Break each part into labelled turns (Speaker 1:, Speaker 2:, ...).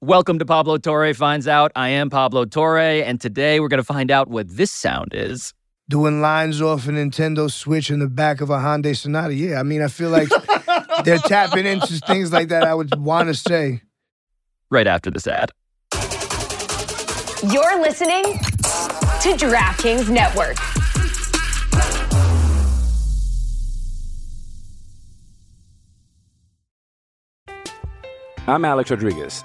Speaker 1: Welcome to Pablo Torre Finds Out. I am Pablo Torre, and today we're going to find out what this sound is.
Speaker 2: doing lines off a Nintendo Switch in the back of a Hyundai Sonata. Yeah, I mean, I feel like they're tapping into things like that. I would want to say.
Speaker 1: Right after this ad.
Speaker 3: You're listening to DraftKings Network.
Speaker 4: I'm Alex Rodriguez.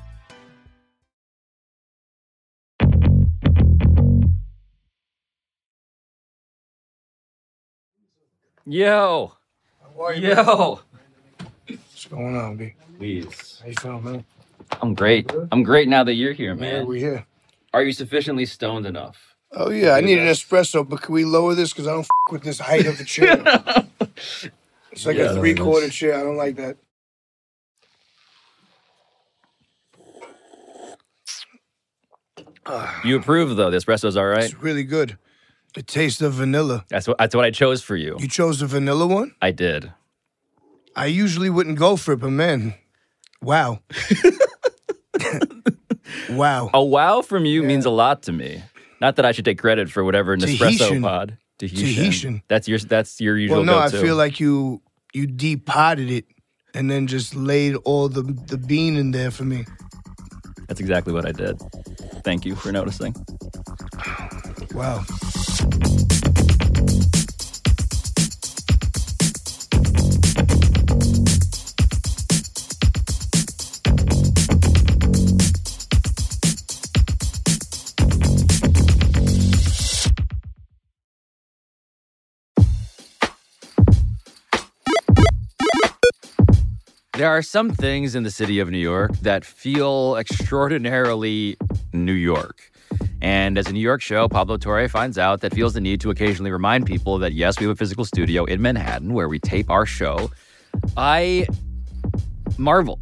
Speaker 1: Yo. Yo.
Speaker 2: What's going on, B?
Speaker 1: Please.
Speaker 2: How you feeling, man?
Speaker 1: I'm great. I'm great now that you're here,
Speaker 2: Yeah,
Speaker 1: man.
Speaker 2: we're here.
Speaker 1: Are you sufficiently stoned enough?
Speaker 2: Oh yeah, I need an espresso, but can we lower this because I don't f- with this height of the chair. it's like a three quarter chair. I don't like that.
Speaker 1: You approve though. The espresso's all right.
Speaker 2: It's really good. The taste of vanilla.
Speaker 1: That's what that's what I chose for you.
Speaker 2: You chose the vanilla one.
Speaker 1: I did.
Speaker 2: I usually wouldn't go for it, but man, wow, wow.
Speaker 1: A wow from you means a lot to me. Not that I should take credit for whatever Nespresso
Speaker 2: Tahitian.
Speaker 1: pod.
Speaker 2: Tahitian.
Speaker 1: That's your that's your usual
Speaker 2: Well, no, I
Speaker 1: go-to.
Speaker 2: feel like you you depotted it and then just laid all the the bean in there for me.
Speaker 1: That's exactly what I did. Thank you for noticing.
Speaker 2: Wow.
Speaker 1: There are some things in the city of New York that feel extraordinarily New York. And as a New York show, Pablo Torre finds out that feels the need to occasionally remind people that yes, we have a physical studio in Manhattan where we tape our show. I marvel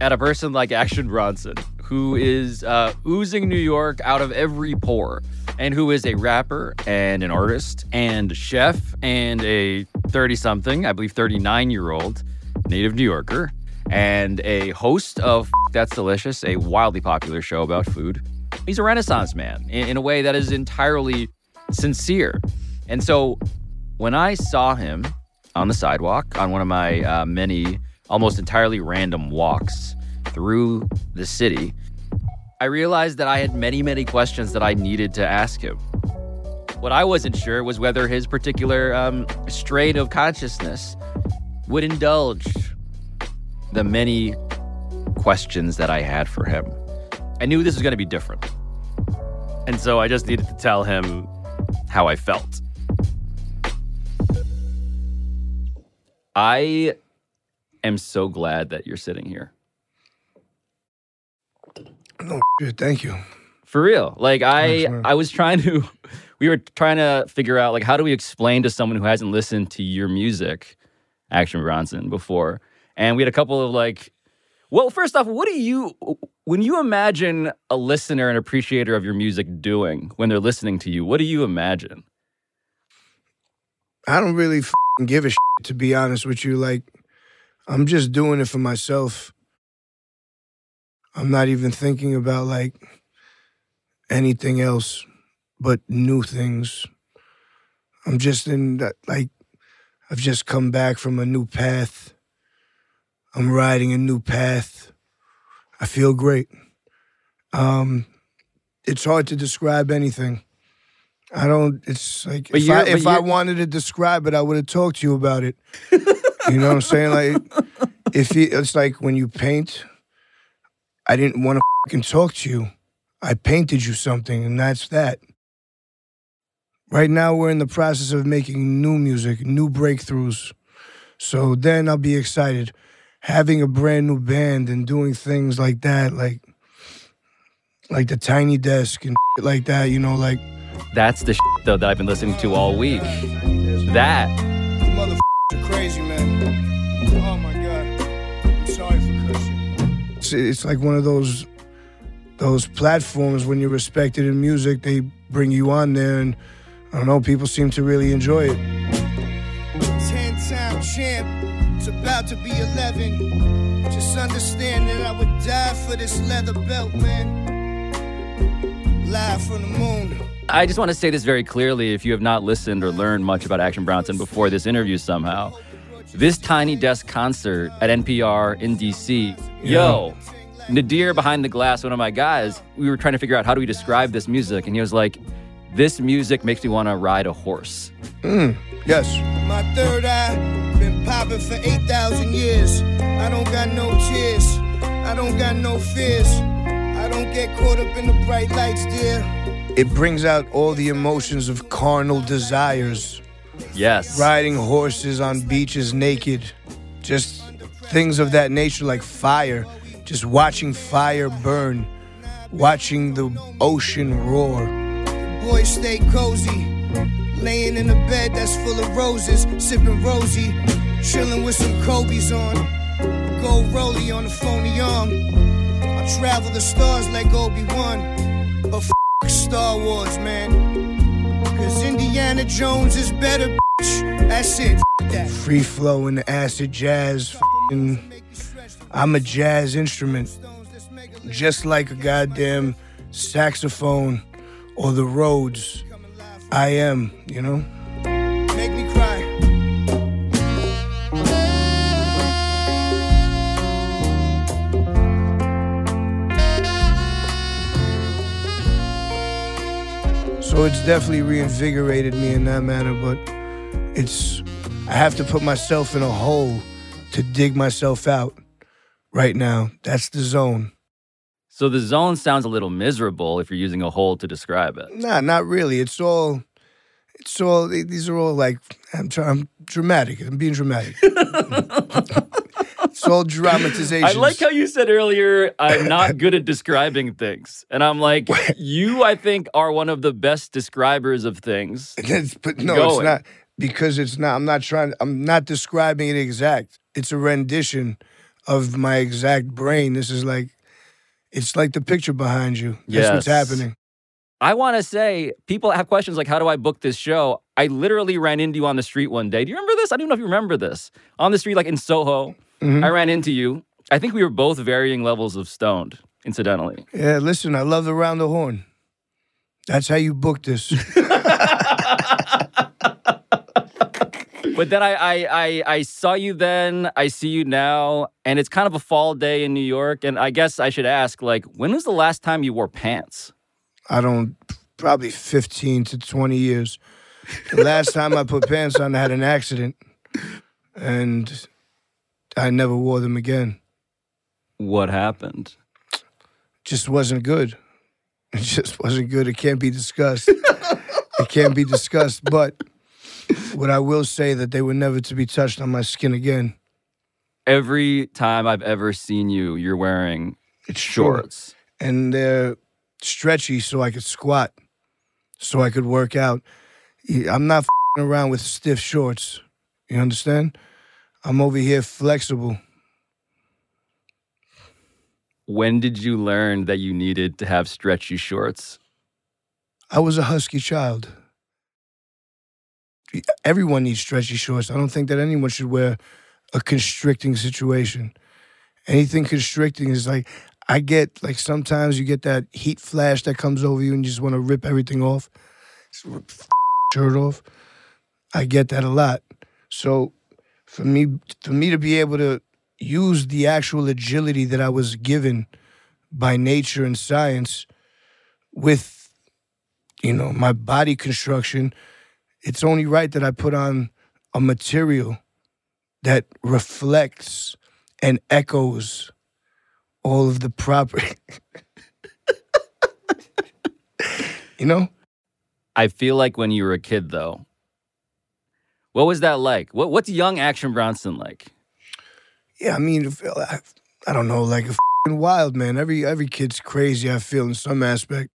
Speaker 1: at a person like Action Bronson, who is uh, oozing New York out of every pore, and who is a rapper and an artist and a chef and a 30 something, I believe 39 year old native New Yorker, and a host of F- That's Delicious, a wildly popular show about food. He's a renaissance man in, in a way that is entirely sincere. And so when I saw him on the sidewalk on one of my uh, many, almost entirely random walks through the city, I realized that I had many, many questions that I needed to ask him. What I wasn't sure was whether his particular um, strain of consciousness would indulge the many questions that I had for him. I knew this was going to be different. And so I just needed to tell him how I felt. I am so glad that you're sitting here.
Speaker 2: No shit, thank you.
Speaker 1: For real. Like I
Speaker 2: Thanks, man.
Speaker 1: I was trying to we were trying to figure out like how do we explain to someone who hasn't listened to your music, Action Bronson, before. And we had a couple of like well, first off, what do you when you imagine a listener and appreciator of your music doing when they're listening to you, what do you imagine?
Speaker 2: I don't really fing give a shit, to be honest with you. Like, I'm just doing it for myself. I'm not even thinking about like anything else but new things. I'm just in that, like, I've just come back from a new path. I'm riding a new path. I feel great. Um, it's hard to describe anything. I don't, it's like,
Speaker 1: But
Speaker 2: if,
Speaker 1: you're-
Speaker 2: I,
Speaker 1: but
Speaker 2: if I
Speaker 1: you're-
Speaker 2: wanted to describe it, I would have talked to you about it. you know what I'm saying? Like, if you, it's like when you paint, I didn't want to fucking talk to you. I painted you something, and that's that. Right now, we're in the process of making new music, new breakthroughs. So then I'll be excited. Having a brand new band and doing things like that, like, like the tiny desk and shit like that, you know, like
Speaker 1: That's the shit, though that I've been listening to all week. That
Speaker 2: You motherfuckers are crazy, man. Oh my god. I'm sorry for cursing. It's, it's like one of those those platforms when you're respected in music, they bring you on there and I don't know, people seem to really enjoy it. Ten time champ, it's about to be eleven. Just understand that I would die for this leather belt, man. Live from the moon.
Speaker 1: I just want to say this very clearly. If you have not listened or learned much about Action Bronson before this interview, somehow, this Tiny Desk concert at NPR in DC, yo, Nadir behind the glass, one of my guys, we were trying to figure out how do we describe this music, and he was like, "This music makes me want to ride a horse."
Speaker 2: Yes.
Speaker 5: My third eye been popping for 8,000 years. I don't got no tears. I don't got no fears. I don't get caught up in the bright lights, dear.
Speaker 2: It brings out all the emotions of carnal desires.
Speaker 1: Yes,
Speaker 2: Riding horses on beaches naked. Just things of that nature like fire. Just watching fire burn. Watching the ocean roar.
Speaker 5: Boys stay cozy. Laying in a bed that's full of roses, sipping rosy, chilling with some Kobe's on. Go Rolly on the phony arm. I travel the stars like Obi Wan, but f- Star Wars, man. Cause Indiana Jones is better, bitch. That's it. F- that.
Speaker 2: Free flowing acid jazz. F***ing, I'm a jazz instrument. Just like a goddamn saxophone or the Rhodes. I am, you know?
Speaker 5: Make me cry.
Speaker 2: So it's definitely reinvigorated me in that manner, but it's I have to put myself in a hole to dig myself out right now. That's the zone.
Speaker 1: So the zone sounds a little miserable if you're using a hole to describe it.
Speaker 2: Nah, not really. It's all it's all th- these are all like I'm trying I'm dramatic. I'm being dramatic. it's all dramatization.
Speaker 1: I like how you said earlier, I'm not good at describing things. And I'm like, you, I think, are one of the best describers of things.
Speaker 2: It's- but no, it's
Speaker 1: going.
Speaker 2: not because it's not. I'm not trying. I'm not describing it exact. It's a rendition of my exact brain. This is like, it's like the picture behind you. That's what's
Speaker 1: Yes.
Speaker 2: happening.
Speaker 1: I want to say, people have questions like, how do I book this show? I literally ran into you on the street one day. Do you remember this? I don't even know if you remember this. On the street, like in Soho, I ran into you. I think we were both varying levels of stoned, incidentally.
Speaker 2: Yeah, listen. I love the round the horn. That's how you book this.
Speaker 1: But then I, I I I saw you then, I see you now, and it's kind of a fall day in New York. And I guess I should ask, like, when was the last time you wore pants?
Speaker 2: I don't. Probably 15 to 20 years. The last time I put pants on, I had an accident, and I never wore them again.
Speaker 1: What happened?
Speaker 2: just wasn't good. It just wasn't good. It can't be discussed. it can't be discussed. But what I will say that they were never to be touched on my skin again.
Speaker 1: Every time I've ever seen you, you're wearing
Speaker 2: It's
Speaker 1: shorts.
Speaker 2: and they're stretchy, so I could squat, so I could work out. I'm not fing around with stiff shorts. You understand? I'm over here flexible.
Speaker 1: When did you learn that you needed to have stretchy shorts?
Speaker 2: I was a husky child. E, Everyone needs stretchy shorts. I don't think that anyone should wear a constricting situation. Anything constricting is like, I get, like, sometimes you get that heat flash that comes over you and you just want to rip everything off, Just rip the shirt off. I get that a lot. So for me, for me to be able to use the actual agility that I was given by nature and science with you know, my body construction, it's only right that I put on a material that reflects and echoes all of the proper. you know?
Speaker 1: I feel like when you were a kid though. What was that like? What what's young Action Bronson like?
Speaker 2: Yeah, uh, I mean, if- I, I don't know, like a wild, man. Every every kid's crazy. I feel in some aspect.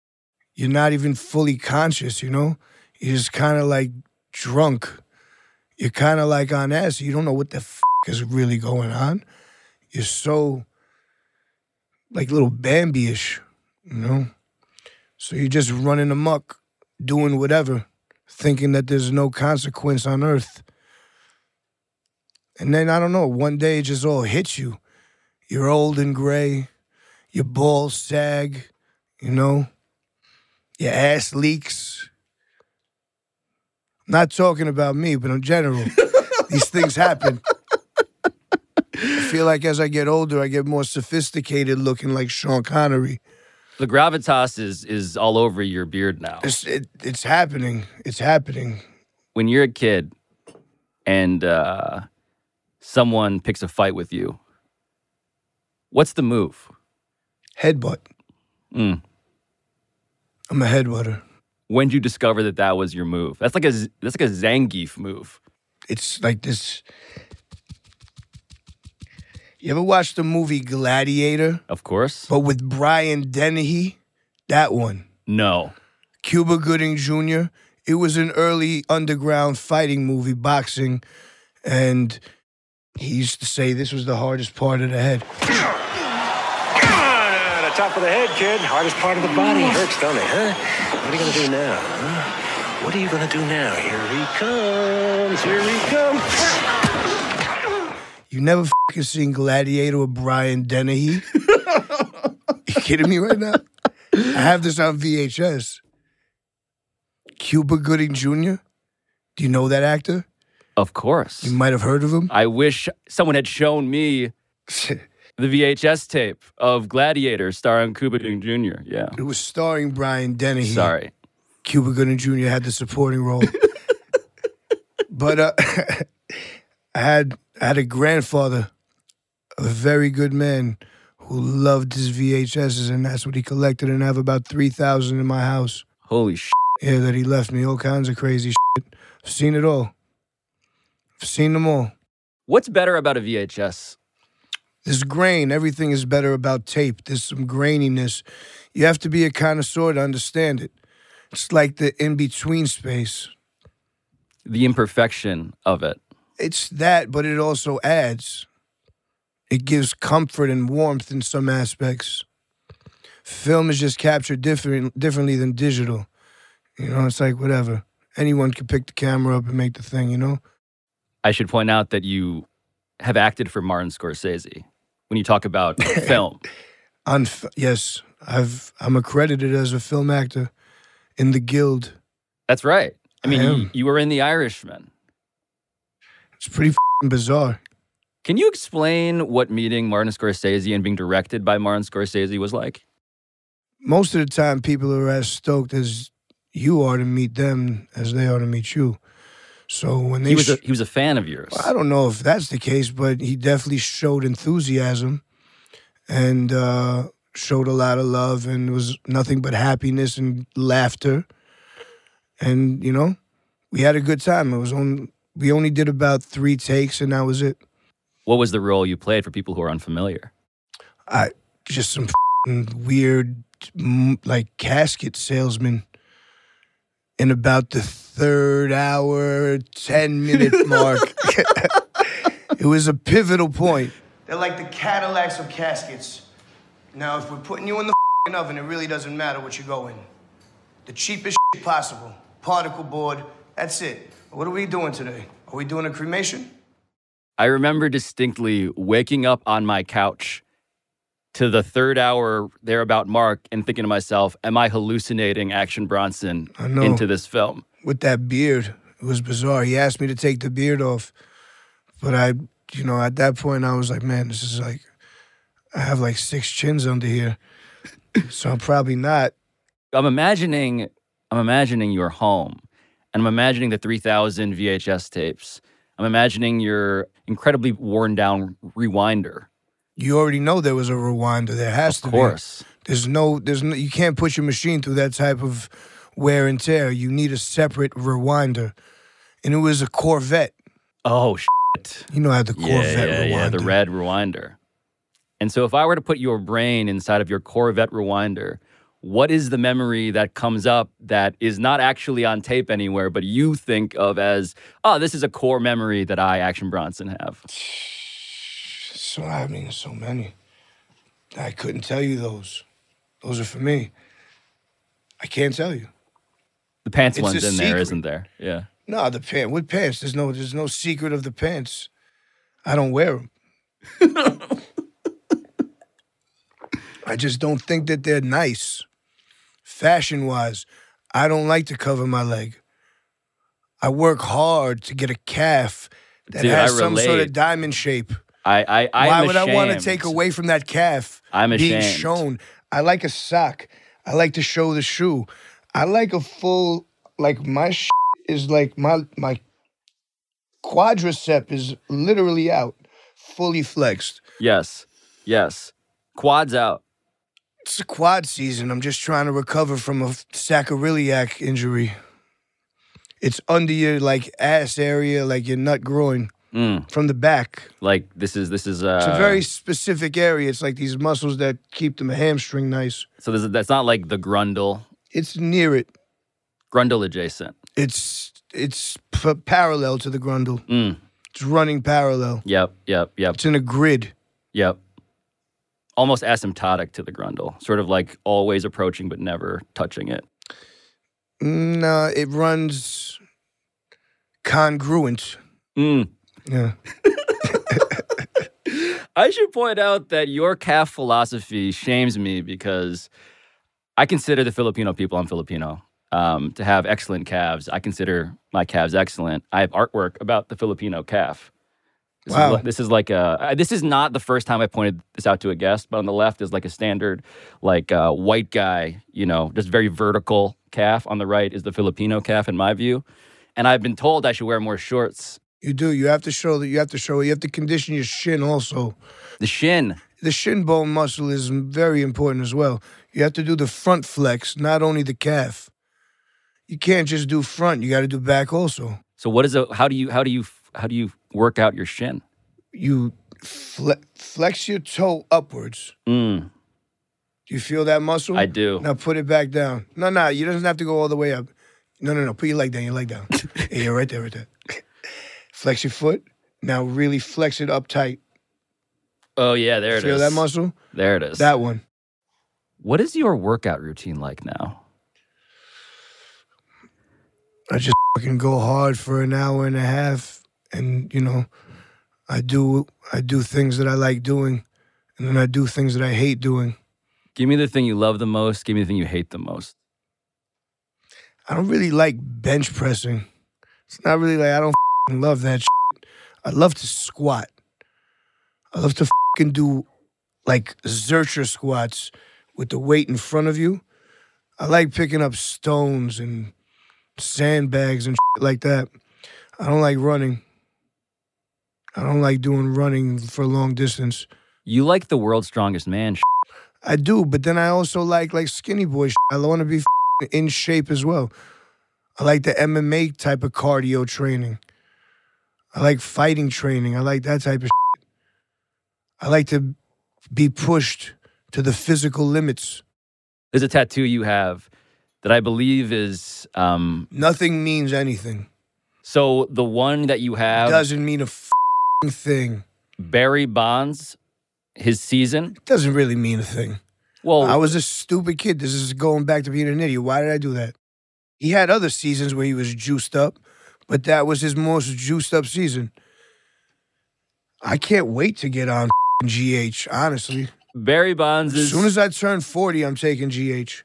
Speaker 2: You're not even fully conscious. You know, you're just kind of like drunk. You're kind of like on acid. You don't know what the f- is really going on. You're so like little Bambi-ish, you know. So you're just running amok, doing whatever, thinking that there's no consequence on earth. And then I don't know, one day it just all hits you. You're old and gray, your balls sag, you know, your ass leaks. Not talking about me, but in general, these things happen. I feel like as I get older, I get more sophisticated looking like Sean Connery.
Speaker 1: The gravitas is is all over your beard now.
Speaker 2: It's, it, it's happening. It's happening.
Speaker 1: When you're a kid, and uh, someone picks a fight with you, what's the move?
Speaker 2: Headbutt.
Speaker 1: Mm.
Speaker 2: I'm a headbutter.
Speaker 1: When did you discover that that was your move? That's like a Z- that's like a Zangief move.
Speaker 2: It's like this. You ever watch the movie Gladiator?
Speaker 1: Of course.
Speaker 2: But with Brian Dennehy? That one.
Speaker 1: No.
Speaker 2: Cuba Gooding Jr. It was an early underground fighting movie, boxing, and he used to say this was the hardest part of the head.
Speaker 6: Ah, the top of the head, kid. Hardest part of the body. Hurts, don't it, huh? What are you gonna do now? Huh? What are you gonna do now? Here he comes. Here he comes.
Speaker 2: You never fucking seen Gladiator with Brian Dennehy? you kidding me right now? I have this on VHS. Cuba Gooding Jr. Do you know that actor?
Speaker 1: Of course.
Speaker 2: You might have heard of him.
Speaker 1: I wish someone had shown me the VHS tape of Gladiator starring Cuba Gooding Jr. Yeah.
Speaker 2: It was starring Brian Dennehy.
Speaker 1: Sorry.
Speaker 2: Cuba Gooding Jr. had the supporting role. but uh, I had I had a grandfather, a very good man, who loved his VHSs, and that's what he collected. And I have about three thousand in my house.
Speaker 1: Holy sh!
Speaker 2: Yeah, that he left me all kinds of crazy shit. I've seen it all. I've seen them all.
Speaker 1: What's better about a VHS?
Speaker 2: There's grain. Everything is better about tape. There's some graininess. You have to be a connoisseur to understand it. It's like the in between space.
Speaker 1: The imperfection of it.
Speaker 2: It's that, but it also adds. It gives comfort and warmth in some aspects. Film is just captured different, differently than digital. You know, it's like whatever. Anyone can pick the camera up and make the thing, you know?
Speaker 1: I should point out that you have acted for Martin Scorsese when you talk about film.
Speaker 2: On f- yes, I've I'm accredited as a film actor in the guild.
Speaker 1: That's right. I
Speaker 2: I
Speaker 1: mean,
Speaker 2: am.
Speaker 1: you, you were in The Irishman.
Speaker 2: It's pretty f***ing bizarre.
Speaker 1: Can you explain what meeting Martin Scorsese and being directed by Martin Scorsese was like?
Speaker 2: most of the time people are as stoked as you are to meet them as they are to meet you. So when they,
Speaker 1: He was a,
Speaker 2: sh-
Speaker 1: he was a fan of yours.
Speaker 2: I don't know if that's the case, but he definitely showed enthusiasm and uh, showed a lot of love and was nothing but happiness and laughter. And you know, we had a good time. It was on. We only did about three takes, and that was it.
Speaker 1: What was the role you played for people who are unfamiliar?
Speaker 2: I just some fing weird m- like casket salesman in about the third hour 10 minute mark it was a pivotal point
Speaker 5: They're like the Cadillacs of caskets. Now, if we're putting you in the fing oven, it really doesn't matter what you go in. The cheapest shit possible. Particle board. That's it. What are we doing today? Are we doing a cremation?
Speaker 1: I remember distinctly waking up on my couch to the third hour thereabout mark and thinking to myself, am I hallucinating Action Bronson
Speaker 2: I know.
Speaker 1: into this film?
Speaker 2: with that beard it was bizarre he asked me to take the beard off but i you know at that point i was like man this is like i have like six chins under here so i'm probably not
Speaker 1: I'm imagining I'm imagining your home and I'm imagining the 3000 VHS tapes. I'm imagining your incredibly worn down rewinder.
Speaker 2: you already know there was a rewinder there has
Speaker 1: Of
Speaker 2: to be
Speaker 1: course.
Speaker 2: There's no, there's no, you can't put your machine through that type of wear and tear. You need a separate rewinder. And it was a Corvette.
Speaker 1: Oh shit.
Speaker 2: You know how the
Speaker 1: Yeah,
Speaker 2: Corvette
Speaker 1: yeah, yeah, the
Speaker 2: rewinder.
Speaker 1: red rewinder. And so, if I were to put your brain inside of your Corvette Rewinder, what is the memory that comes up that is not actually on tape anywhere, but you think of as, oh, this is a core memory that I, Action Bronson, have?
Speaker 2: So I mean, there's so many. I couldn't tell you those. Those are for me. I can't tell you.
Speaker 1: The pants
Speaker 2: It's
Speaker 1: one's
Speaker 2: a
Speaker 1: in there,
Speaker 2: secret.
Speaker 1: isn't there? Yeah.
Speaker 2: No, the pants. With pants, there's no there's no secret of the pants. I don't wear them. I just don't think that they're nice. Fashion wise, I don't like to cover my leg. I work hard to get a calf that
Speaker 1: Dude, I
Speaker 2: has some sort
Speaker 1: relate.
Speaker 2: of diamond shape.
Speaker 1: I, I, I'm
Speaker 2: Why would I want to
Speaker 1: ashamed.
Speaker 2: take away from that calf
Speaker 1: I'm
Speaker 2: being
Speaker 1: ashamed.
Speaker 2: shown? I like a sock. I like to show the shoe. I like a full like my sh- is like my my quadricep is literally out, fully flexed.
Speaker 1: Yes. Yes. Quads out.
Speaker 2: It's a quad season. I'm just trying to recover from a f- sacroiliac injury. It's under your like ass area, like your nut groin
Speaker 1: Mm.
Speaker 2: from the back.
Speaker 1: Like this is this is uh,
Speaker 2: It's a very specific area. It's like these muscles that keep the hamstring nice.
Speaker 1: so this is, that's not like the grundle
Speaker 2: It's near it.
Speaker 1: grundle adjacent.
Speaker 2: It's it's p- parallel to the grundle.
Speaker 1: Mm.
Speaker 2: It's running parallel.
Speaker 1: Yep, yep, yep,
Speaker 2: It's in a grid.
Speaker 1: yep. Almost asymptotic to the grundle, sort of like always approaching but never touching it.
Speaker 2: No, it runs congruent.
Speaker 1: Mm.
Speaker 2: Yeah.
Speaker 1: I should point out that your calf philosophy shames me because I consider the Filipino people, I'm Filipino, um, to have excellent calves. I consider my calves excellent. I have artwork about the Filipino calf. This,
Speaker 2: Wow.
Speaker 1: is, li- this is like a. uh, This is not the first time I pointed this out to a guest, but on the left is like a standard, like uh, white guy, you know, just very vertical calf. On the right is the Filipino calf, in my view. And I've been told I should wear more shorts.
Speaker 2: You do. You have to show that. You have to show it. You have to condition your shin also.
Speaker 1: The shin,
Speaker 2: The shin bone muscle is very important as well. You have to do the front flex, not only the calf. You can't just do front. You got to do back also.
Speaker 1: So what is a how do you how do you how do you work out your shin?
Speaker 2: You fle- flex your toe upwards.
Speaker 1: Mm,
Speaker 2: Do you feel that muscle?
Speaker 1: I do.
Speaker 2: Now put it back down. No, no, you doesn't have to go all the way up. No, no, no. Put your leg down. Your leg down. yeah, right there, right there. Flex your foot. Now really flex it up tight.
Speaker 1: Oh yeah, there it is.
Speaker 2: Feel that muscle?
Speaker 1: There it is.
Speaker 2: That one.
Speaker 1: what is your workout routine like now?
Speaker 2: I just fucking go hard for an hour and a half, and you know, I do I do things that I like doing, and then I do things that I hate doing.
Speaker 1: Give me the thing you love the most. Give me the thing you hate the most.
Speaker 2: I don't really like bench pressing. It's not really like I don't fing love that. Shit. I love to squat. I love to fing do like Zercher squats with the weight in front of you. I like picking up stones and sandbags and shit like that. I don't like running. I don't like doing running for long distance.
Speaker 1: You like the world's strongest man. Sh-
Speaker 2: I do, but then I also like like skinny boy. Shit. I want to be f***ing in shape as well. I like the MMA type of cardio training. I like fighting training. I like that type of. Shit. I like to be pushed to the physical limits.
Speaker 1: There's a tattoo you have that I believe is um
Speaker 2: Nothing means anything.
Speaker 1: so the one that you have
Speaker 2: Doesn't mean a f***ing thing.
Speaker 1: Barry Bonds, his season.
Speaker 2: Doesn't really mean a thing.
Speaker 1: Well,
Speaker 2: I was a stupid kid. This is going back to being an idiot. Why did I do that? He had other seasons where he was juiced up, but that was his most juiced up season. I can't wait to get on GH, honestly.
Speaker 1: Barry Bonds
Speaker 2: As
Speaker 1: is
Speaker 2: soon as I turn 40, I'm taking GH.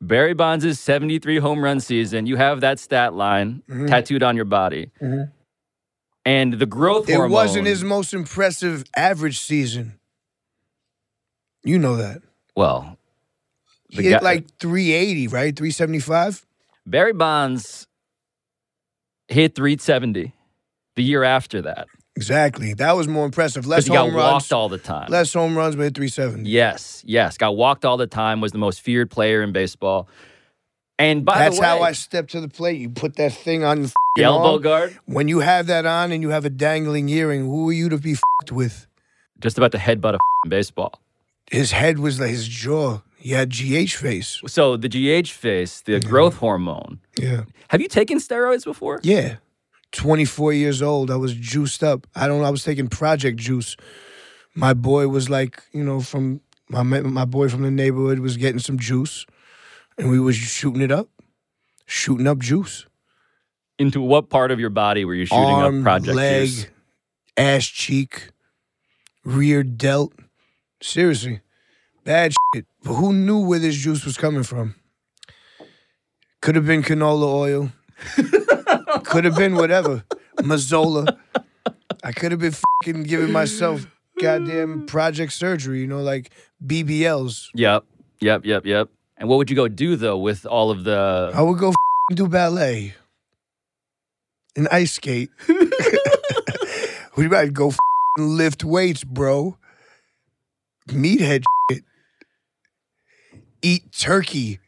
Speaker 1: Barry Bonds' 73 home run season, you have that stat line
Speaker 2: Mm-hmm.
Speaker 1: tattooed on your body. And the growth
Speaker 2: It
Speaker 1: hormone.
Speaker 2: wasn't his most impressive average season. You know that.
Speaker 1: Well,
Speaker 2: He
Speaker 1: The
Speaker 2: hit
Speaker 1: guy-
Speaker 2: like 380, right? 375?
Speaker 1: Barry Bonds hit 370 the year after that
Speaker 2: Exactly. That was more impressive.
Speaker 1: because
Speaker 2: Less
Speaker 1: he got
Speaker 2: home
Speaker 1: walked
Speaker 2: runs.
Speaker 1: all the time.
Speaker 2: Less home runs, but hit 370.
Speaker 1: Yes, yes. Got walked all the time, was the most feared player in baseball. And by
Speaker 2: That's
Speaker 1: the way,
Speaker 2: how I step to the plate. You put that thing on your
Speaker 1: the
Speaker 2: fing
Speaker 1: elbow
Speaker 2: arm.
Speaker 1: guard.
Speaker 2: When you have that on and you have a dangling earring, who are you to be fed with?
Speaker 1: just about to headbutt a f***ing baseball.
Speaker 2: His head was like his jaw. He had GH face.
Speaker 1: So the GH face, the
Speaker 2: Mm-hmm.
Speaker 1: growth hormone.
Speaker 2: Yeah.
Speaker 1: Have you taken steroids before?
Speaker 2: Yeah. 24 years old. I was juiced up. I don't know. I was taking Project Juice. My boy was like, you know, from my ma- my boy from the neighborhood was getting some juice, and we was shooting it up, shooting up juice.
Speaker 1: Into what part of your body were you shooting
Speaker 2: Arm,
Speaker 1: up Project
Speaker 2: leg,
Speaker 1: Juice?
Speaker 2: ass cheek, rear delt. Seriously, bad shit. But who knew where this juice was coming from? Could have been canola oil. Could have been whatever. Mazzola. I could have been fucking giving myself goddamn project surgery, you know, like BBLs.
Speaker 1: Yep, yep, yep, yep. And what would you go do though with all of the?
Speaker 2: I would go f***ing do ballet and ice skate. we about to go f***ing lift weights, bro. Meathead shit. Eat turkey,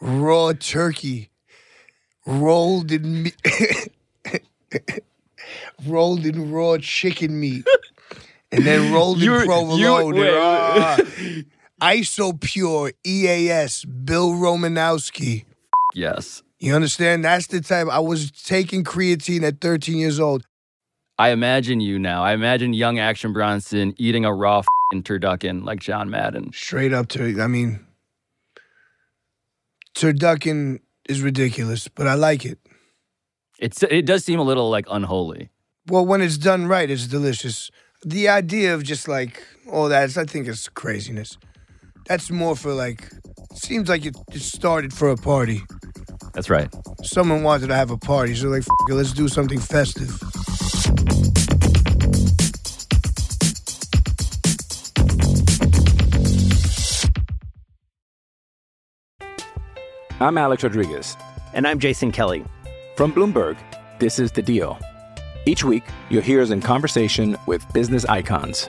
Speaker 2: raw turkey, rolled in meat, rolled in raw chicken meat, and then rolled in
Speaker 1: You're- you-
Speaker 2: provolone.
Speaker 1: wait, wait.
Speaker 2: Ah. Isopure, EAS, Bill Romanowski.
Speaker 1: Yes,
Speaker 2: You understand? That's the type. I was taking creatine at 13 years old.
Speaker 1: I imagine you now. I imagine young Action Bronson eating a raw f***ing turducken like John Madden.
Speaker 2: Straight up to, I mean, turducken is ridiculous, but I like it.
Speaker 1: It's it does seem a little like unholy.
Speaker 2: Well, when it's done right, it's delicious. The idea of just like all that, I think it's craziness. That's more for like, seems like it, it started for a party.
Speaker 1: That's right.
Speaker 2: Someone wanted to have a party, so like, F- it, let's do something festive.
Speaker 4: I'm Alex Rodriguez.
Speaker 7: And I'm Jason Kelly.
Speaker 4: From Bloomberg, this is The Deal. Each week, you'll hear us in conversation with business icons.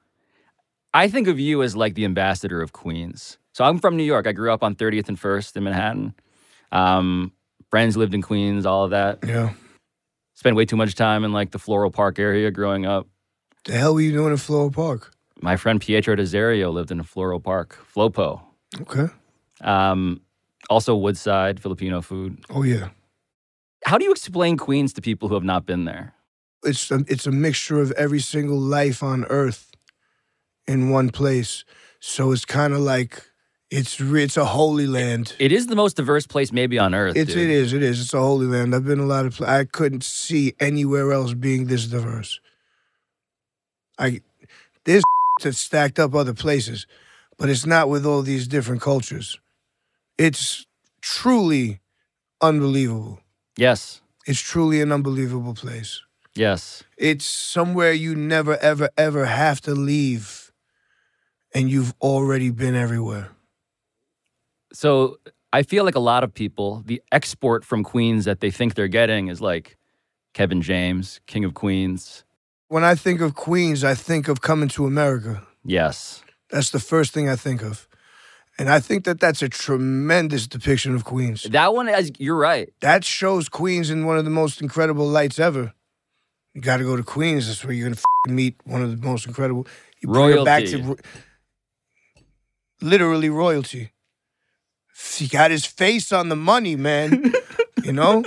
Speaker 1: I think of you as like the ambassador of Queens. So I'm from New York. I grew up on 30th and First in Manhattan. Um, friends lived in Queens. All of that.
Speaker 2: Yeah.
Speaker 1: Spent way too much time in like the Floral Park area growing up.
Speaker 2: The hell were you doing in Floral Park?
Speaker 1: My friend Pietro Desario lived in Floral Park, Flopo.
Speaker 2: Okay.
Speaker 1: Um, also Woodside, Filipino food.
Speaker 2: Oh, yeah.
Speaker 1: How do you explain Queens to people who have not been there?
Speaker 2: it's a, it's a mixture of every single life on earth in one place so it's kind of like it's re- it's a holy land
Speaker 1: It is the most diverse place maybe on earth.
Speaker 2: it's
Speaker 1: dude.
Speaker 2: it is it is it's a holy land i've been a lot of pla- i couldn't see anywhere else being this diverse i there's that's stacked up other places but it's not with all these different cultures it's truly unbelievable
Speaker 1: Yes.
Speaker 2: it's truly an unbelievable place
Speaker 1: Yes.
Speaker 2: it's somewhere you never, ever, ever have to leave, and you've already been everywhere.
Speaker 1: So I feel like a lot of people, the export from Queens that they think they're getting is like Kevin James, King of Queens.
Speaker 2: When I think of Queens, I think of coming to America.
Speaker 1: Yes.
Speaker 2: That's the first thing I think of. And I think that that's a tremendous depiction of Queens.
Speaker 1: That one is you're right.
Speaker 2: That shows Queens in one of the most incredible lights ever. You got to go to Queens. That's where you're going to meet one of the most incredible. You bring it back to
Speaker 1: Royalty.
Speaker 2: ro- literally royalty. He got his face on the money, man. you know?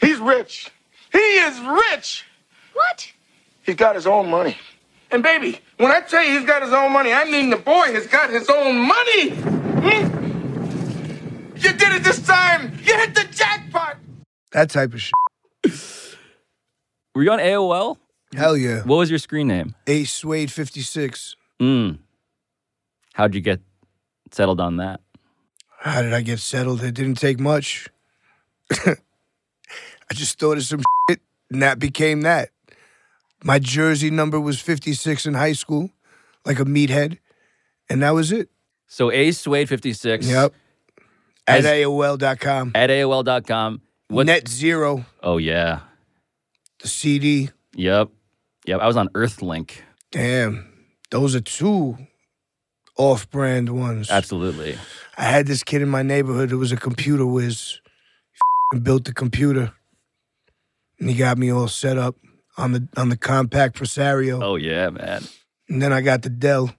Speaker 6: He's rich. He is rich. What? He's got his own money. And baby, when I tell you he's got his own money, I mean the boy has got his own money. Hmm? You did it this time. You hit the jackpot.
Speaker 2: That type of shit.
Speaker 1: Were you on AOL?
Speaker 2: Hell yeah.
Speaker 1: What was your screen name?
Speaker 2: Ace Suede 56.
Speaker 1: Mm. How'd you get settled on that?
Speaker 2: How did I get settled? It didn't take much. I just thought of some shit, and that became that. My jersey number was 56 in high school, like a meathead. And that was it.
Speaker 1: So Ace Suede 56.
Speaker 2: Yep. At
Speaker 1: As-
Speaker 2: AOL.com.
Speaker 1: At AOL.com. What,
Speaker 2: Net Zero,
Speaker 1: oh, yeah.
Speaker 2: the CD.
Speaker 1: Yep. Yep. I was on Earthlink.
Speaker 2: Damn. Those are two off brand ones.
Speaker 1: Absolutely.
Speaker 2: I had this kid in my neighborhood who was a computer whiz. He built the computer, and he got me all set up on the on the compact Presario.
Speaker 1: Oh, yeah, man.
Speaker 2: And then I got the Dell.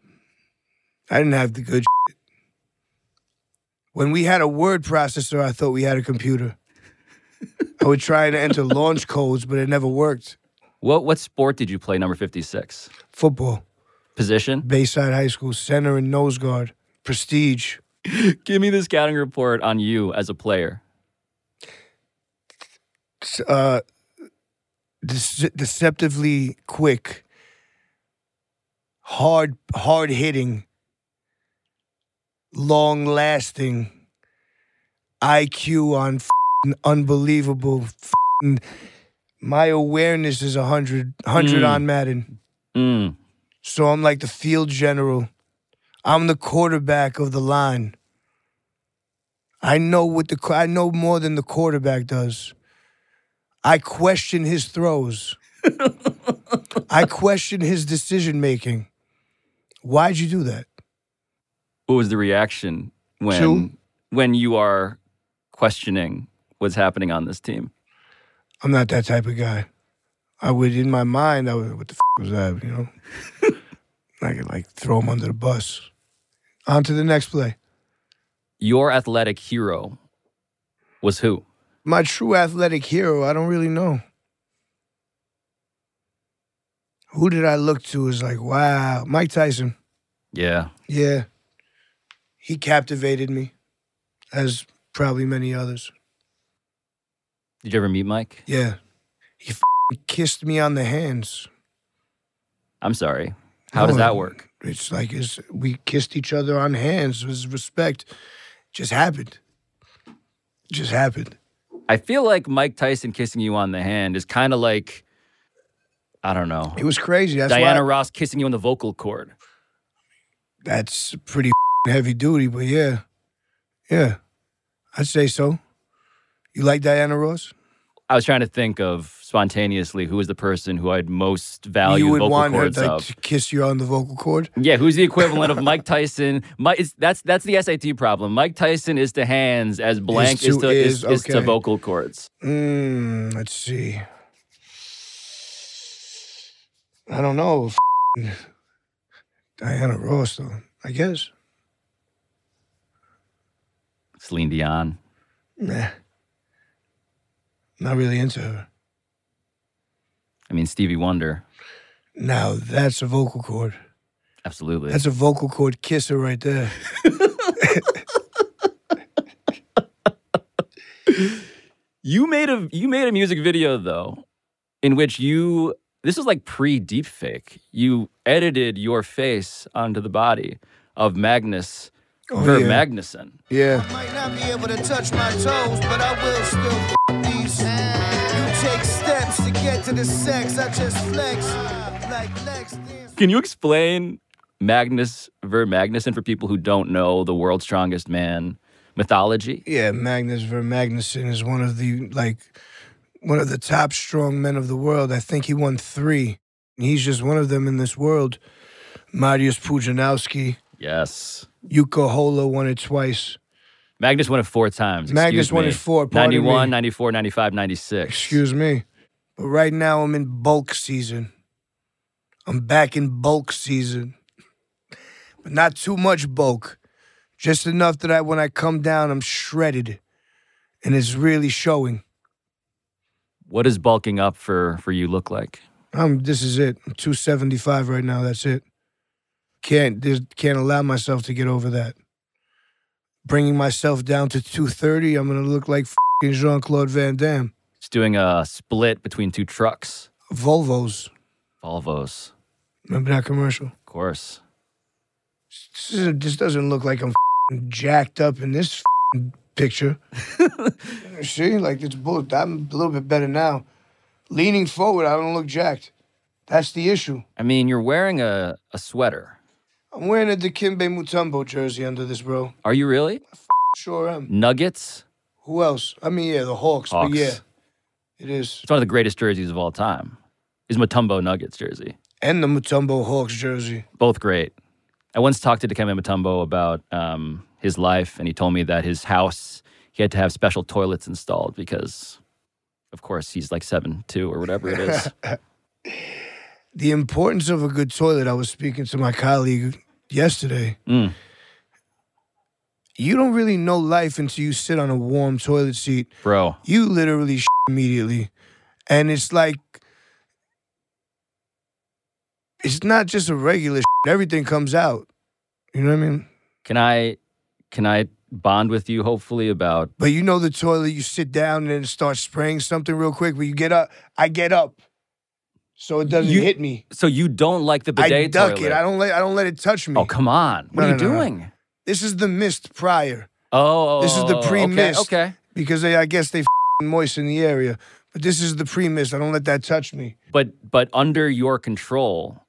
Speaker 2: I didn't have the good. shit. When we had a word processor, I thought we had a computer. I would try to enter launch codes, but it never worked.
Speaker 1: What, what sport did you play, number 56?
Speaker 2: Football,
Speaker 1: Position?
Speaker 2: Bayside High School, center and nose guard, prestige.
Speaker 1: Give me the scouting report on you as a player.
Speaker 2: uh, dece- deceptively quick, hard hard hitting, long lasting, IQ on fing unbelievable. fing- my awareness is 100, 100
Speaker 1: Mm.
Speaker 2: on Madden.
Speaker 1: Mm.
Speaker 2: So I'm like the field general. I'm the quarterback of the line. I know what the qu- I know more than the quarterback does. I question his throws. I question his decision making. Why'd you do that?
Speaker 1: What was the reaction when
Speaker 2: Two.
Speaker 1: when you are questioning what's happening on this team?
Speaker 2: I'm not that type of guy. I would, in my mind, I would, what the f- was that? You know, I could like throw him under the bus. On to the next play.
Speaker 1: Your athletic hero was who?
Speaker 2: My true athletic hero, I don't really know. Who did I look to? Is like, wow, Mike Tyson.
Speaker 1: Yeah.
Speaker 2: Yeah. He captivated me, as probably many others.
Speaker 1: Did you ever meet Mike?
Speaker 2: Yeah. He f- kissed me on the hands.
Speaker 1: I'm sorry. How
Speaker 2: Oh,
Speaker 1: does that work?
Speaker 2: It's like it's, we kissed each other on hands. It was respect. Just happened. Just happened.
Speaker 1: I feel like Mike Tyson kissing you on the hand is kind of like, I don't know,
Speaker 2: It was crazy. That's
Speaker 1: Diana
Speaker 2: why,
Speaker 1: Ross kissing you on the vocal cord.
Speaker 2: That's pretty f- heavy duty, but yeah. Yeah. I'd say so. You like Diana Ross?
Speaker 1: I was trying to think of spontaneously who was the person who I'd most value
Speaker 2: you would
Speaker 1: vocal
Speaker 2: want her
Speaker 1: cords
Speaker 2: to, like,
Speaker 1: of.
Speaker 2: to kiss you on the vocal cord?
Speaker 1: Yeah, who's the equivalent of Mike Tyson? Mike, it's, that's that's the SAT problem. Mike Tyson is to hands as blank
Speaker 2: to
Speaker 1: is to is,
Speaker 2: is,
Speaker 1: is to
Speaker 2: okay.
Speaker 1: vocal cords.
Speaker 2: Mm, let's see. I don't know. F***ing Diana Ross, though. I guess.
Speaker 1: Celine Dion.
Speaker 2: Nah. Not really into her.
Speaker 1: I mean Stevie Wonder.
Speaker 2: Now that's a vocal cord.
Speaker 1: Absolutely.
Speaker 2: That's a vocal cord kisser right there.
Speaker 1: you made a you made a music video though, in which you this is like pre deepfake. You edited your face onto the body of Magnus
Speaker 2: Oh,
Speaker 1: Ver
Speaker 2: yeah.
Speaker 1: Magnuson.
Speaker 2: Yeah.
Speaker 5: Might not be able to touch my toes, but I will still f- these. You take steps to get to the sex, I just flex. Like Lex dance.
Speaker 1: Can you explain Magnus Ver Magnuson for people who don't know the world's strongest man mythology?
Speaker 2: Yeah, Magnus Ver Magnuson is one of the like one of the top strong men of the world. I think he won three. He's just one of them in this world. Marius Pujanowski,
Speaker 1: Yes.
Speaker 2: Yuko Holo won it twice.
Speaker 1: Magnus won it four times. excuse
Speaker 2: Magnus won
Speaker 1: me.
Speaker 2: it four, pardon
Speaker 1: 91,
Speaker 2: me.
Speaker 1: 94, 95, 96.
Speaker 2: Excuse me. But right now I'm in bulk season. I'm back in bulk season. But not too much bulk. Just enough that I when I come down I'm shredded. And it's really showing.
Speaker 1: What does bulking up for, for you look like?
Speaker 2: I'm this is it. I'm 275 right now. That's it. Can't there's- can't allow myself to get over that. Bringing myself down to 230, I'm going to look like fing Jean-Claude Van Damme.
Speaker 1: It's doing a split between two trucks.
Speaker 2: Volvos.
Speaker 1: Volvos,
Speaker 2: Remember that commercial?
Speaker 1: of course.
Speaker 2: This is- this doesn't look like I'm fing jacked up in this fing picture. See, like it's bull. I'm a little bit better now. Leaning forward, I don't look jacked. That's the issue.
Speaker 1: I mean, you're wearing a, a sweater.
Speaker 2: I'm wearing a Dikembe Mutombo jersey under this, bro.
Speaker 1: Are you really?
Speaker 2: Sure am.
Speaker 1: Nuggets?
Speaker 2: Who else? I mean, yeah, the Hawks,
Speaker 1: Hawks.
Speaker 2: but yeah, it is.
Speaker 1: It's one of the greatest jerseys of all time. Is Matumbo Nuggets jersey.
Speaker 2: And the Mutombo Hawks jersey.
Speaker 1: Both great. I once talked to Dikembe Matumbo about um, his life, and he told me that his house, he had to have special toilets installed because, of course, he's like seven two or whatever it is.
Speaker 2: The importance of a good toilet. I was speaking to my colleague yesterday.
Speaker 1: Mm.
Speaker 2: You don't really know life until you sit on a warm toilet seat.
Speaker 1: Bro,
Speaker 2: You literally sh- immediately, and it's like it's not just a regular. Sh- everything comes out. You know what I mean?
Speaker 1: can I can I bond with you hopefully about
Speaker 2: But you know the toilet, you sit down and it starts spraying something real quick, but you get up. I get up. So it doesn't
Speaker 1: You-
Speaker 2: hit me.
Speaker 1: so you don't like the bidet
Speaker 2: I duck
Speaker 1: toilet?
Speaker 2: it. I don't let I don't let it touch me.
Speaker 1: oh come on. What
Speaker 2: No,
Speaker 1: are you
Speaker 2: no, no, no.
Speaker 1: doing?
Speaker 2: This is the mist prior.
Speaker 1: Oh,
Speaker 2: This is the
Speaker 1: okay,
Speaker 2: pre-mist.
Speaker 1: Okay,
Speaker 2: Because they I guess they f***ing moisten the area. But this is the pre mist. I don't let that touch me.
Speaker 1: But but under your control,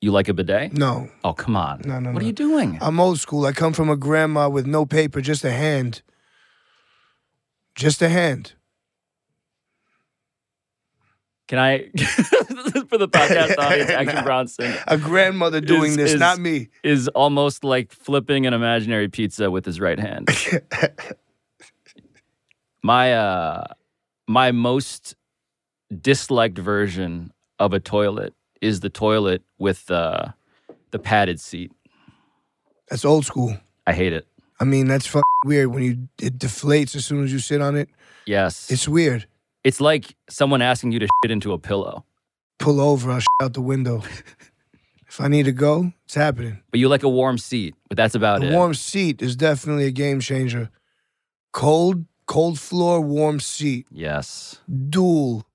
Speaker 1: you like a bidet?
Speaker 2: No.
Speaker 1: Oh come on.
Speaker 2: No, no,
Speaker 1: What are
Speaker 2: no.
Speaker 1: you doing?
Speaker 2: I'm old school. I come from a grandma with no paper, just a hand. Just a hand.
Speaker 1: Can I this is for the podcast audience? Action Bronson
Speaker 2: A grandmother doing
Speaker 1: Is-
Speaker 2: this,
Speaker 1: is-
Speaker 2: not me.
Speaker 1: is almost like flipping an imaginary pizza with his right hand. my uh my most disliked version of a toilet is the toilet with uh, the padded seat.
Speaker 2: That's old school.
Speaker 1: I hate it.
Speaker 2: I mean, that's fucking weird when you it deflates as soon as you sit on it.
Speaker 1: Yes. It's
Speaker 2: It's weird.
Speaker 1: it's like someone asking you to shit into a pillow.
Speaker 2: Pull over, I'll out the window. if I need to go, it's happening.
Speaker 1: But you like a warm seat, but that's about it.
Speaker 2: The warm seat is definitely a game changer. Cold, cold floor, warm seat,
Speaker 1: yes.
Speaker 2: dual.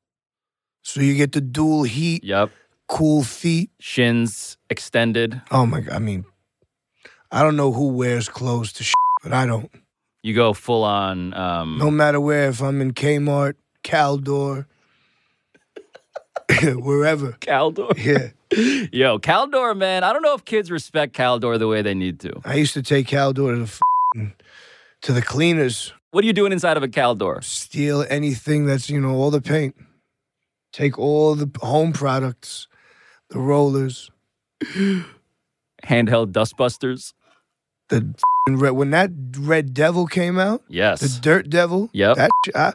Speaker 2: So you get the dual heat,
Speaker 1: Yep.
Speaker 2: cool feet.
Speaker 1: Shins extended.
Speaker 2: Oh my god! I mean, I don't know who wears clothes to, shit, but I don't.
Speaker 1: You go full on um
Speaker 2: No matter where, if I'm in Kmart, Caldor, wherever.
Speaker 1: Caldor.
Speaker 2: Yeah.
Speaker 1: Yo, Caldor, man. I don't know if kids respect Caldor the way they need to.
Speaker 2: I used to take Caldor to the f- to the cleaners,
Speaker 1: What are you doing inside of a Caldor?
Speaker 2: steal anything that's you know all the paint, take all the home products, the rollers,
Speaker 1: Handheld dustbusters?
Speaker 2: the f***ing red. When that Red Devil came out,
Speaker 1: Yes.
Speaker 2: the Dirt Devil.
Speaker 1: Yep.
Speaker 2: That sh- I,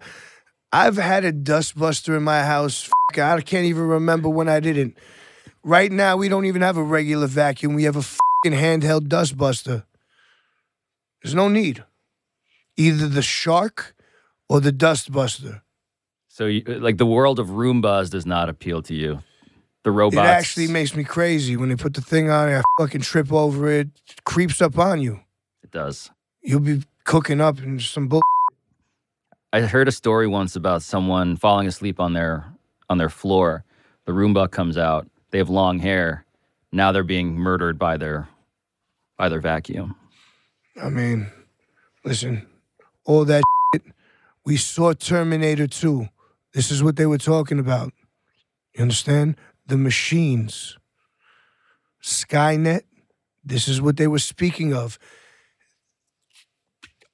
Speaker 2: I've had a dustbuster in my house. F- I can't even remember when I didn't. Right now, we don't even have a regular vacuum. We have a fucking handheld dustbuster. There's no need. Either the shark or the dustbuster.
Speaker 1: so, you, like, the world of Roombas does not appeal to you. The
Speaker 2: It
Speaker 1: robots.
Speaker 2: actually makes me crazy when they put the thing on. I fucking trip over it. It creeps up on you.
Speaker 1: It does.
Speaker 2: You'll be cooking up and some bull.
Speaker 1: I heard a story once about someone falling asleep on their on their floor. The Roomba comes out. They have long hair. Now they're being murdered by their by their vacuum.
Speaker 2: I mean, listen, all that shit, we saw Terminator 2. This is what they were talking about. You understand? The machines. Skynet, this is what they were speaking of.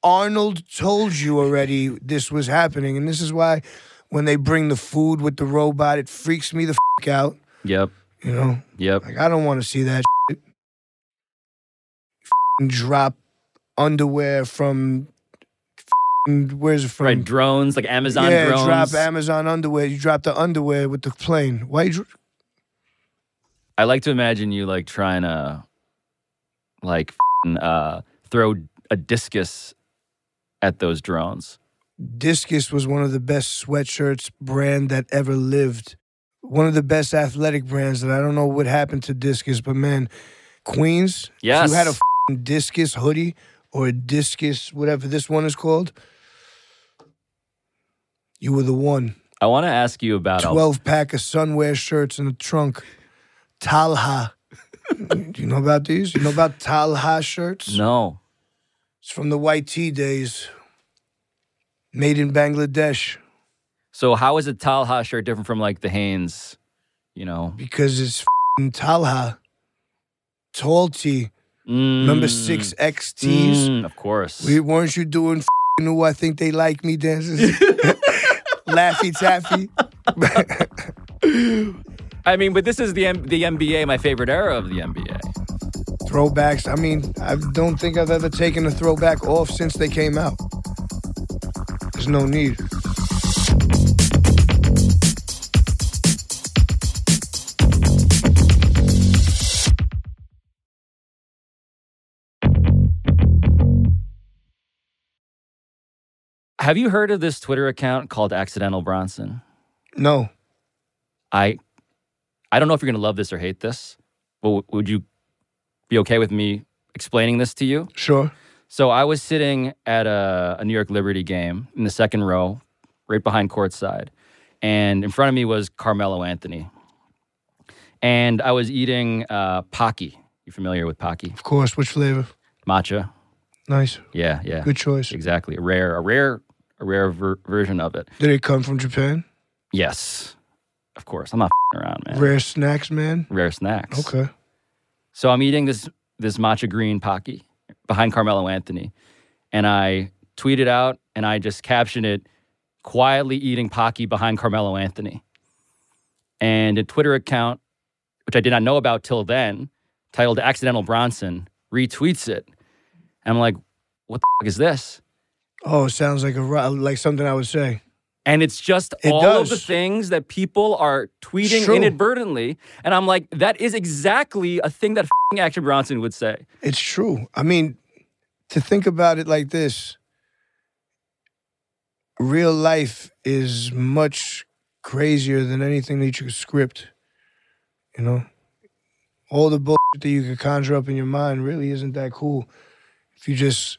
Speaker 2: Arnold told you already this was happening, and this is why when they bring the food with the robot, it freaks me the f out.
Speaker 1: Yep.
Speaker 2: You know,
Speaker 1: Yep.
Speaker 2: like I don't want to see that. Shit. F***ing drop underwear from. f***ing- Where's it from?
Speaker 1: Right. Drones, like Amazon
Speaker 2: yeah,
Speaker 1: drones.
Speaker 2: drop Amazon underwear. You drop the underwear with the plane. Why? You dr-
Speaker 1: I like to imagine you like trying to like f***ing, uh, throw a discus at those drones.
Speaker 2: Discus was one of the best sweatshirts brand that ever lived. One of the best athletic brands that I don't know what happened to Discus, but man, Queens. if
Speaker 1: Yes.
Speaker 2: you had a f***ing Discus hoodie or a Discus whatever this one is called. You were the one.
Speaker 1: I want to ask you about a-
Speaker 2: 12 pack of sunwear shirts in the trunk. Talha. Do you know about these? You know about Talha shirts?
Speaker 1: no.
Speaker 2: It's from the white tea days. Made in Bangladesh
Speaker 1: So how is a Talha shirt different from like the Hanes? You know,
Speaker 2: because it's fing Talha. Tall tea. Remember six XTs?
Speaker 1: Mm, of course.
Speaker 2: We weren't you doing f***ing who I think they like me dances? Laffy Taffy.
Speaker 1: I mean, but this is the M- the NBA, my favorite era of the NBA.
Speaker 2: Throwbacks. I mean, I don't think I've ever taken a throwback off since they came out. There's no need.
Speaker 1: Have you heard of this Twitter account called Accidental Bronson?
Speaker 2: No.
Speaker 1: I I don't know if you're going to love this or hate this, but w- would you be okay with me explaining this to you?
Speaker 2: Sure.
Speaker 1: So I was sitting at a, a New York Liberty game in the second row, right behind courtside, and in front of me was Carmelo Anthony, and I was eating uh, Pocky. You familiar with Pocky?
Speaker 2: Of course. Which flavor?
Speaker 1: Matcha.
Speaker 2: Nice.
Speaker 1: Yeah, yeah.
Speaker 2: Good choice.
Speaker 1: Exactly. A rare, a rare, a rare ver- version of it.
Speaker 2: Did it come from Japan?
Speaker 1: Yes. Of course. I'm not fing around, man.
Speaker 2: Rare snacks, man.
Speaker 1: Rare snacks.
Speaker 2: Okay.
Speaker 1: So I'm eating this this matcha green pocky behind Carmelo Anthony, and I tweet it out and I just caption it quietly eating pocky behind Carmelo Anthony. And a Twitter account, which I did not know about till then, titled Accidental Bronson, retweets it. And I'm like, what the fuck is this?
Speaker 2: Oh, it sounds like a ro- like something I would say.
Speaker 1: And it's just
Speaker 2: It
Speaker 1: all of the
Speaker 2: does.
Speaker 1: things that people are tweeting
Speaker 2: True.
Speaker 1: inadvertently. And I'm like, that is exactly a thing that fing Action Bronson would say.
Speaker 2: It's true. I mean, to think about it like this, real life is much crazier than anything that you could script. You know, all the bullshit that you could conjure up in your mind really isn't that cool if you just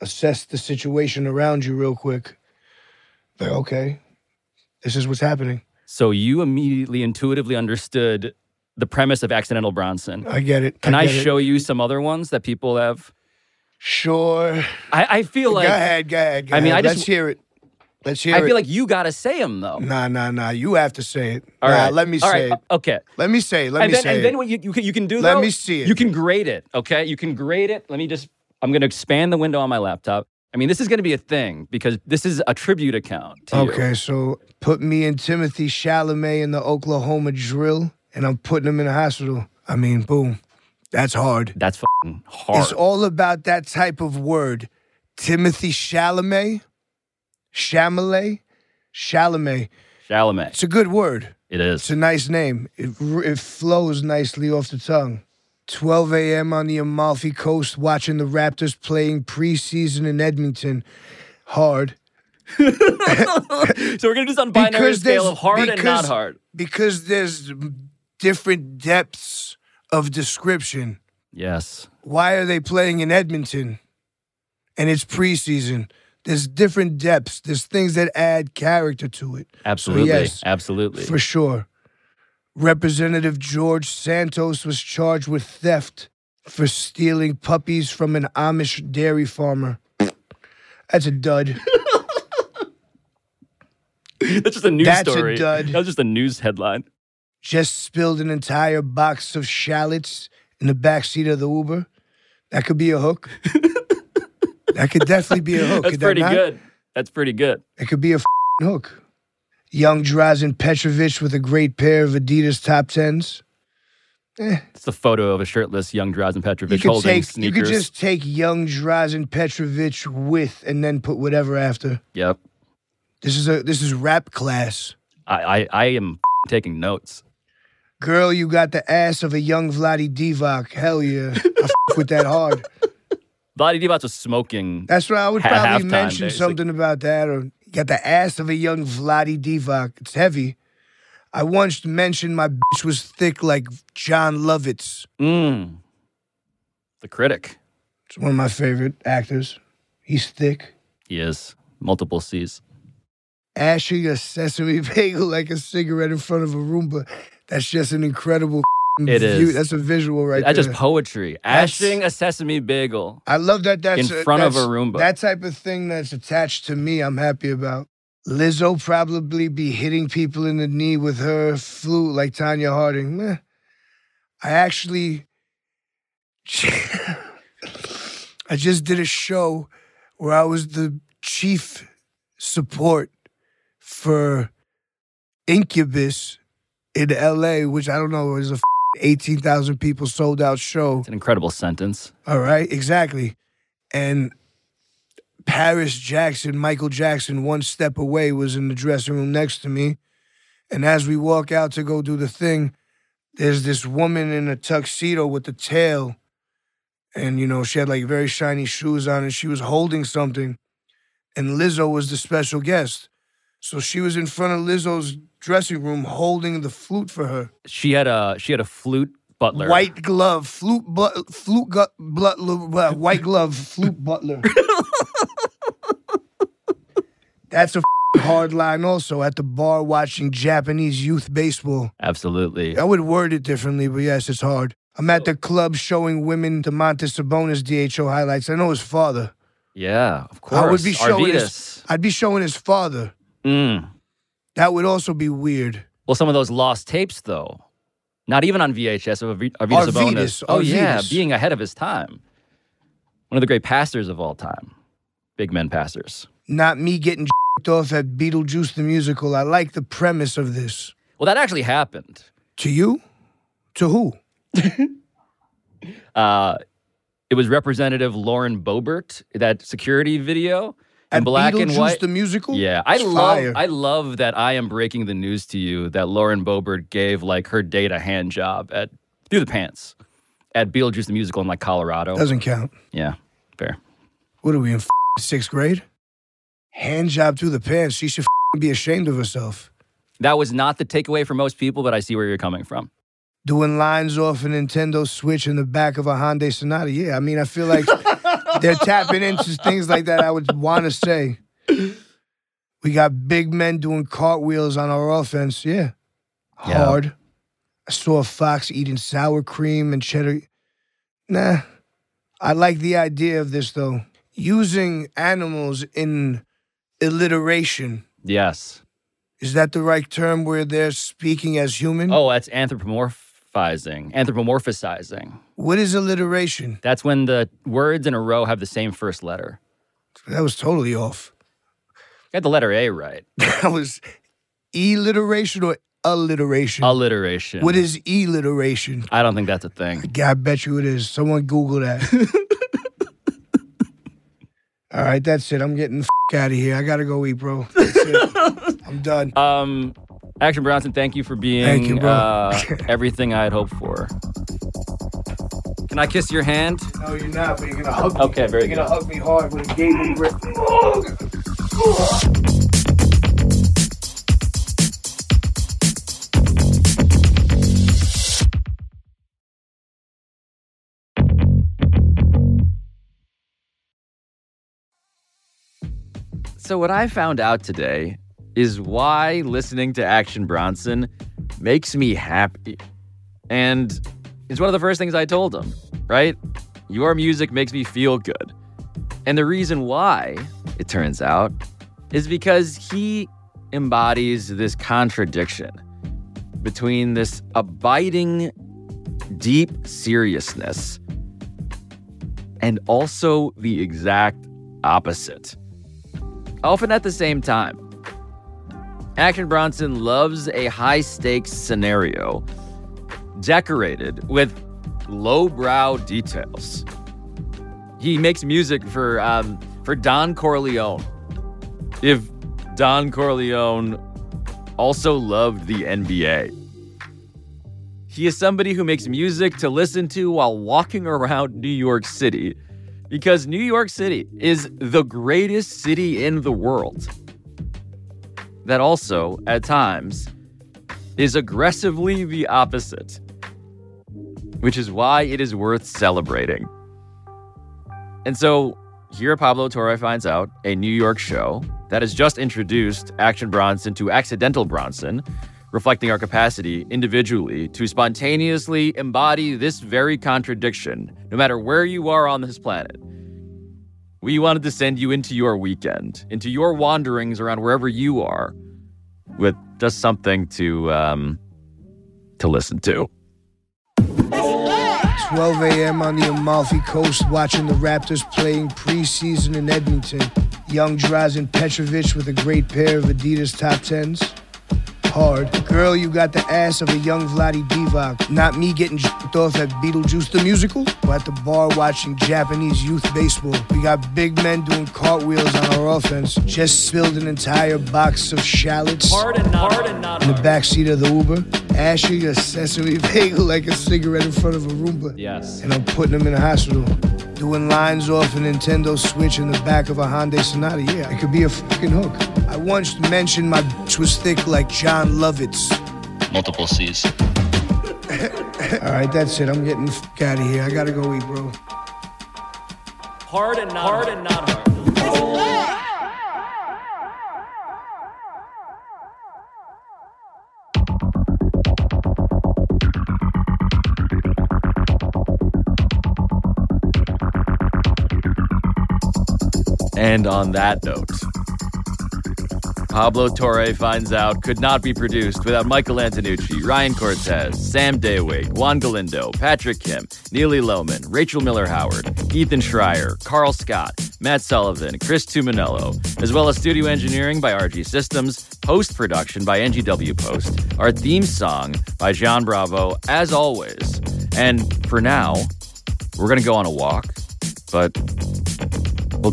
Speaker 2: assess the situation around you real quick. Like, okay, this is what's happening.
Speaker 1: So you immediately intuitively understood the premise of Accidental Bronson.
Speaker 2: I get it.
Speaker 1: Can I,
Speaker 2: get it.
Speaker 1: show you some other ones that people have?
Speaker 2: Sure.
Speaker 1: I, I feel like
Speaker 2: go ahead. Go ahead. go
Speaker 1: I mean,
Speaker 2: ahead.
Speaker 1: I just-
Speaker 2: let's hear it. Let's hear
Speaker 1: I
Speaker 2: it.
Speaker 1: feel like you gotta say them though.
Speaker 2: Nah, nah, nah. You have to say it.
Speaker 1: All
Speaker 2: nah,
Speaker 1: right,
Speaker 2: let me
Speaker 1: All
Speaker 2: say
Speaker 1: right,
Speaker 2: it.
Speaker 1: Okay.
Speaker 2: Let me say it. Let
Speaker 1: and
Speaker 2: me
Speaker 1: then,
Speaker 2: say
Speaker 1: and then
Speaker 2: it.
Speaker 1: what you, you can you can do
Speaker 2: Let
Speaker 1: though,
Speaker 2: me see it.
Speaker 1: You can grade it, okay? You can grade it. Let me just I'm gonna expand the window on my laptop. I mean, this is gonna be a thing because this is a tribute account. to you.
Speaker 2: Okay, so put me and Timothy Chalamet in the Oklahoma drill, and I'm putting him in a hospital. I mean, boom. That's hard.
Speaker 1: That's fucking hard.
Speaker 2: It's all about that type of word. Timothy Chalamet, Chalamet, Chalamet.
Speaker 1: Chalamet.
Speaker 2: It's a good word.
Speaker 1: It
Speaker 2: It's
Speaker 1: is.
Speaker 2: a nice name. It, r- it flows nicely off the tongue. 12 a.m. on the Amalfi Coast, watching the Raptors playing preseason in Edmonton. Hard.
Speaker 1: So we're gonna do this on binary
Speaker 2: Because
Speaker 1: scale
Speaker 2: there's-
Speaker 1: of hard and not
Speaker 2: because-
Speaker 1: hard.
Speaker 2: Because there's different depths of description.
Speaker 1: Yes.
Speaker 2: Why are they playing in Edmonton? And it's preseason. There's different depths. There's things that add character to it.
Speaker 1: Absolutely.
Speaker 2: yes.
Speaker 1: Absolutely.
Speaker 2: For sure. Representative George Santos was charged with theft for stealing puppies from an Amish dairy farmer. That's a dud.
Speaker 1: That's just a news
Speaker 2: That's a
Speaker 1: story.
Speaker 2: dud.
Speaker 1: That was just a news headline.
Speaker 2: Just spilled an entire box of shallots in the backseat of the Uber. That could be a hook. that could definitely be a hook.
Speaker 1: That's
Speaker 2: could
Speaker 1: pretty
Speaker 2: that not?
Speaker 1: good. That's pretty good.
Speaker 2: It could be a f***ing hook. Young Drazen Petrovic with a great pair of Adidas top tens.
Speaker 1: It's the photo of a shirtless young Drazen Petrovic
Speaker 2: you could
Speaker 1: holding
Speaker 2: take,
Speaker 1: sneakers.
Speaker 2: You could just take young Drazen Petrovic with, and then put whatever after.
Speaker 1: Yep.
Speaker 2: This is a this is rap class.
Speaker 1: I, I, I am taking notes.
Speaker 2: Girl, you got the ass of a young Vladi Divac. Hell yeah, I f- with that hard.
Speaker 1: Vladi Divac was smoking.
Speaker 2: That's right. I would
Speaker 1: Ha-
Speaker 2: probably
Speaker 1: halftime,
Speaker 2: mention
Speaker 1: basically.
Speaker 2: something about that, or you got the ass of a young Vladi Divac. It's heavy. I once mentioned my bitch was thick like John Lovitz.
Speaker 1: Mm. The critic.
Speaker 2: It's one of my favorite actors. He's thick.
Speaker 1: He is. Multiple C's.
Speaker 2: ashing a sesame bagel like a cigarette in front of a Roomba. That's just an incredible.
Speaker 1: It
Speaker 2: view.
Speaker 1: is.
Speaker 2: That's a visual right
Speaker 1: That's
Speaker 2: there.
Speaker 1: just poetry.
Speaker 2: That's-
Speaker 1: Ashing a sesame bagel.
Speaker 2: I love that. That's
Speaker 1: in front of
Speaker 2: that's-
Speaker 1: a Roomba.
Speaker 2: That type of thing that's attached to me, I'm happy about. Lizzo probably be hitting people in the knee with her flute like Tanya Harding. Meh. I actually I just did a show where I was the chief support for Incubus in LA, which I don't know is a 18,000 people sold out show.
Speaker 1: It's an incredible sentence.
Speaker 2: All right, exactly. And Paris Jackson, Michael Jackson, one step away, was in the dressing room next to me. And as we walk out to go do the thing, there's this woman in a tuxedo with a tail. And, you know, she had like very shiny shoes on and she was holding something. And Lizzo was the special guest. So she was in front of Lizzo's dressing room holding the flute for her.
Speaker 1: She had a she had a flute butler.
Speaker 2: White glove, flute, but, flute, gu- blut, uh, white glove, flute butler. That's a f***ing hard line. Also, at the bar watching Japanese youth baseball.
Speaker 1: Absolutely.
Speaker 2: I would word it differently, but yes, it's hard. I'm at the club showing women DeMontis Sabonis DHO highlights. I know his father.
Speaker 1: Yeah, of course.
Speaker 2: I would be showing
Speaker 1: Arvidas.
Speaker 2: his. I'd be showing his father.
Speaker 1: Mm.
Speaker 2: That would also be weird.
Speaker 1: Well, some of those lost tapes though. Not even on VHS of Arvi- Arvidas Sabonis.
Speaker 2: Arvidas,
Speaker 1: Oh yeah,
Speaker 2: Arvidas.
Speaker 1: being ahead of his time. One of the great pastors of all time. Big men pastors.
Speaker 2: Not me getting j***ed off at Beetlejuice the musical. I like the premise of this.
Speaker 1: Well, that actually happened.
Speaker 2: To you? To who?
Speaker 1: Uh, it was Representative Lauren Boebert that security video in
Speaker 2: At
Speaker 1: black and
Speaker 2: Beetlejuice
Speaker 1: white.
Speaker 2: the musical?
Speaker 1: Yeah, I
Speaker 2: It's
Speaker 1: love
Speaker 2: fire.
Speaker 1: I love that I am breaking the news to you that Lauren Boebert gave like her date a hand job at through the pants at Beetlejuice the musical in like Colorado.
Speaker 2: Doesn't count.
Speaker 1: yeah, fair.
Speaker 2: What are we in f- sixth grade? Hand job through the pants. She should f- be ashamed of herself.
Speaker 1: That was not the takeaway for most people, but I see where you're coming from.
Speaker 2: Doing lines off a Nintendo Switch in the back of a Hyundai Sonata. Yeah, I mean, I feel like they're tapping into things like that. I would want to say. We got big men doing cartwheels on our offense. Yeah.
Speaker 1: Yeah.
Speaker 2: Hard. I saw a fox eating sour cream and cheddar. Nah. I like the idea of this though. Using animals in alliteration.
Speaker 1: Yes.
Speaker 2: Is that the right term where they're speaking as human?
Speaker 1: Oh, that's anthropomorphizing, anthropomorphizing.
Speaker 2: What is alliteration?
Speaker 1: That's when the words in a row have the same first letter.
Speaker 2: That was totally off.
Speaker 1: Got the letter A right.
Speaker 2: That was alliteration or alliteration?
Speaker 1: Alliteration.
Speaker 2: what is alliteration?
Speaker 1: I don't think that's a thing.
Speaker 2: Yeah, I bet you it is. Someone Google that. All right, that's it. I'm getting the f- out of here. I gotta go eat, bro. That's it. I'm done.
Speaker 1: Um, Action Bronson, thank you for being
Speaker 2: Thank you, bro.
Speaker 1: Uh, everything I had hoped for. Can I kiss your hand?
Speaker 2: No, you're not, but you're gonna hug me.
Speaker 1: Okay, very
Speaker 2: You're
Speaker 1: good.
Speaker 2: gonna hug me hard with a gaping grip.
Speaker 1: So, what I found out today is why listening to Action Bronson makes me happy. And it's one of the first things I told him, right? Your music makes me feel good. And the reason why, it turns out, is because he embodies this contradiction between this abiding, deep seriousness and also the exact opposite often at the same time. Action Bronson loves a high stakes scenario decorated with lowbrow details. He makes music for um, for Don Corleone. If Don Corleone also loved the NBA. He is somebody who makes music to listen to while walking around New York City because New York City is the greatest city in the world. That also, at times, is aggressively the opposite, which is why it is worth celebrating. And so, here Pablo Torre finds out a New York show that has just introduced Action Bronson to Accidental Bronson, reflecting our capacity individually to spontaneously embody this very contradiction, no matter where you are on this planet. We wanted to send you into your weekend, into your wanderings around wherever you are, with just something to um, to listen to.
Speaker 2: 12 a.m. on the Amalfi Coast, watching the Raptors playing preseason in Edmonton. Young Drazen Petrovic with a great pair of Adidas top 10s. Hard. Girl, you got the ass of a young Vladi Divac. Not me getting jerked off at Beetlejuice the musical, but at the bar watching Japanese youth baseball. We got big men doing cartwheels on our offense. Just spilled an entire box of shallots. In the backseat of the Uber, ashing a sesame bagel like a cigarette in front of a Roomba.
Speaker 1: Yes.
Speaker 2: And I'm putting him in a hospital. Doing lines off a Nintendo Switch in the back of a Hyundai Sonata. Yeah, it could be a fucking hook. I once mentioned my bitch was thick like John Lovitz.
Speaker 8: Multiple C's.
Speaker 2: All right, that's it. I'm getting the fuck out of here. I gotta go eat, bro.
Speaker 9: Hard and not hard. And not hard.
Speaker 1: And on that note, Pablo Torre finds out could not be produced without Michael Antonucci, Ryan Cortez, Sam Daywig, Juan Galindo, Patrick Kim, Neely Lohman, Rachel Miller Howard, Ethan Schreier, Carl Scott, Matt Sullivan, Chris Tuminello, as well as studio engineering by RG Systems, post production by NGW Post, our theme song by John Bravo, as always. And for now, we're going to go on a walk, but we'll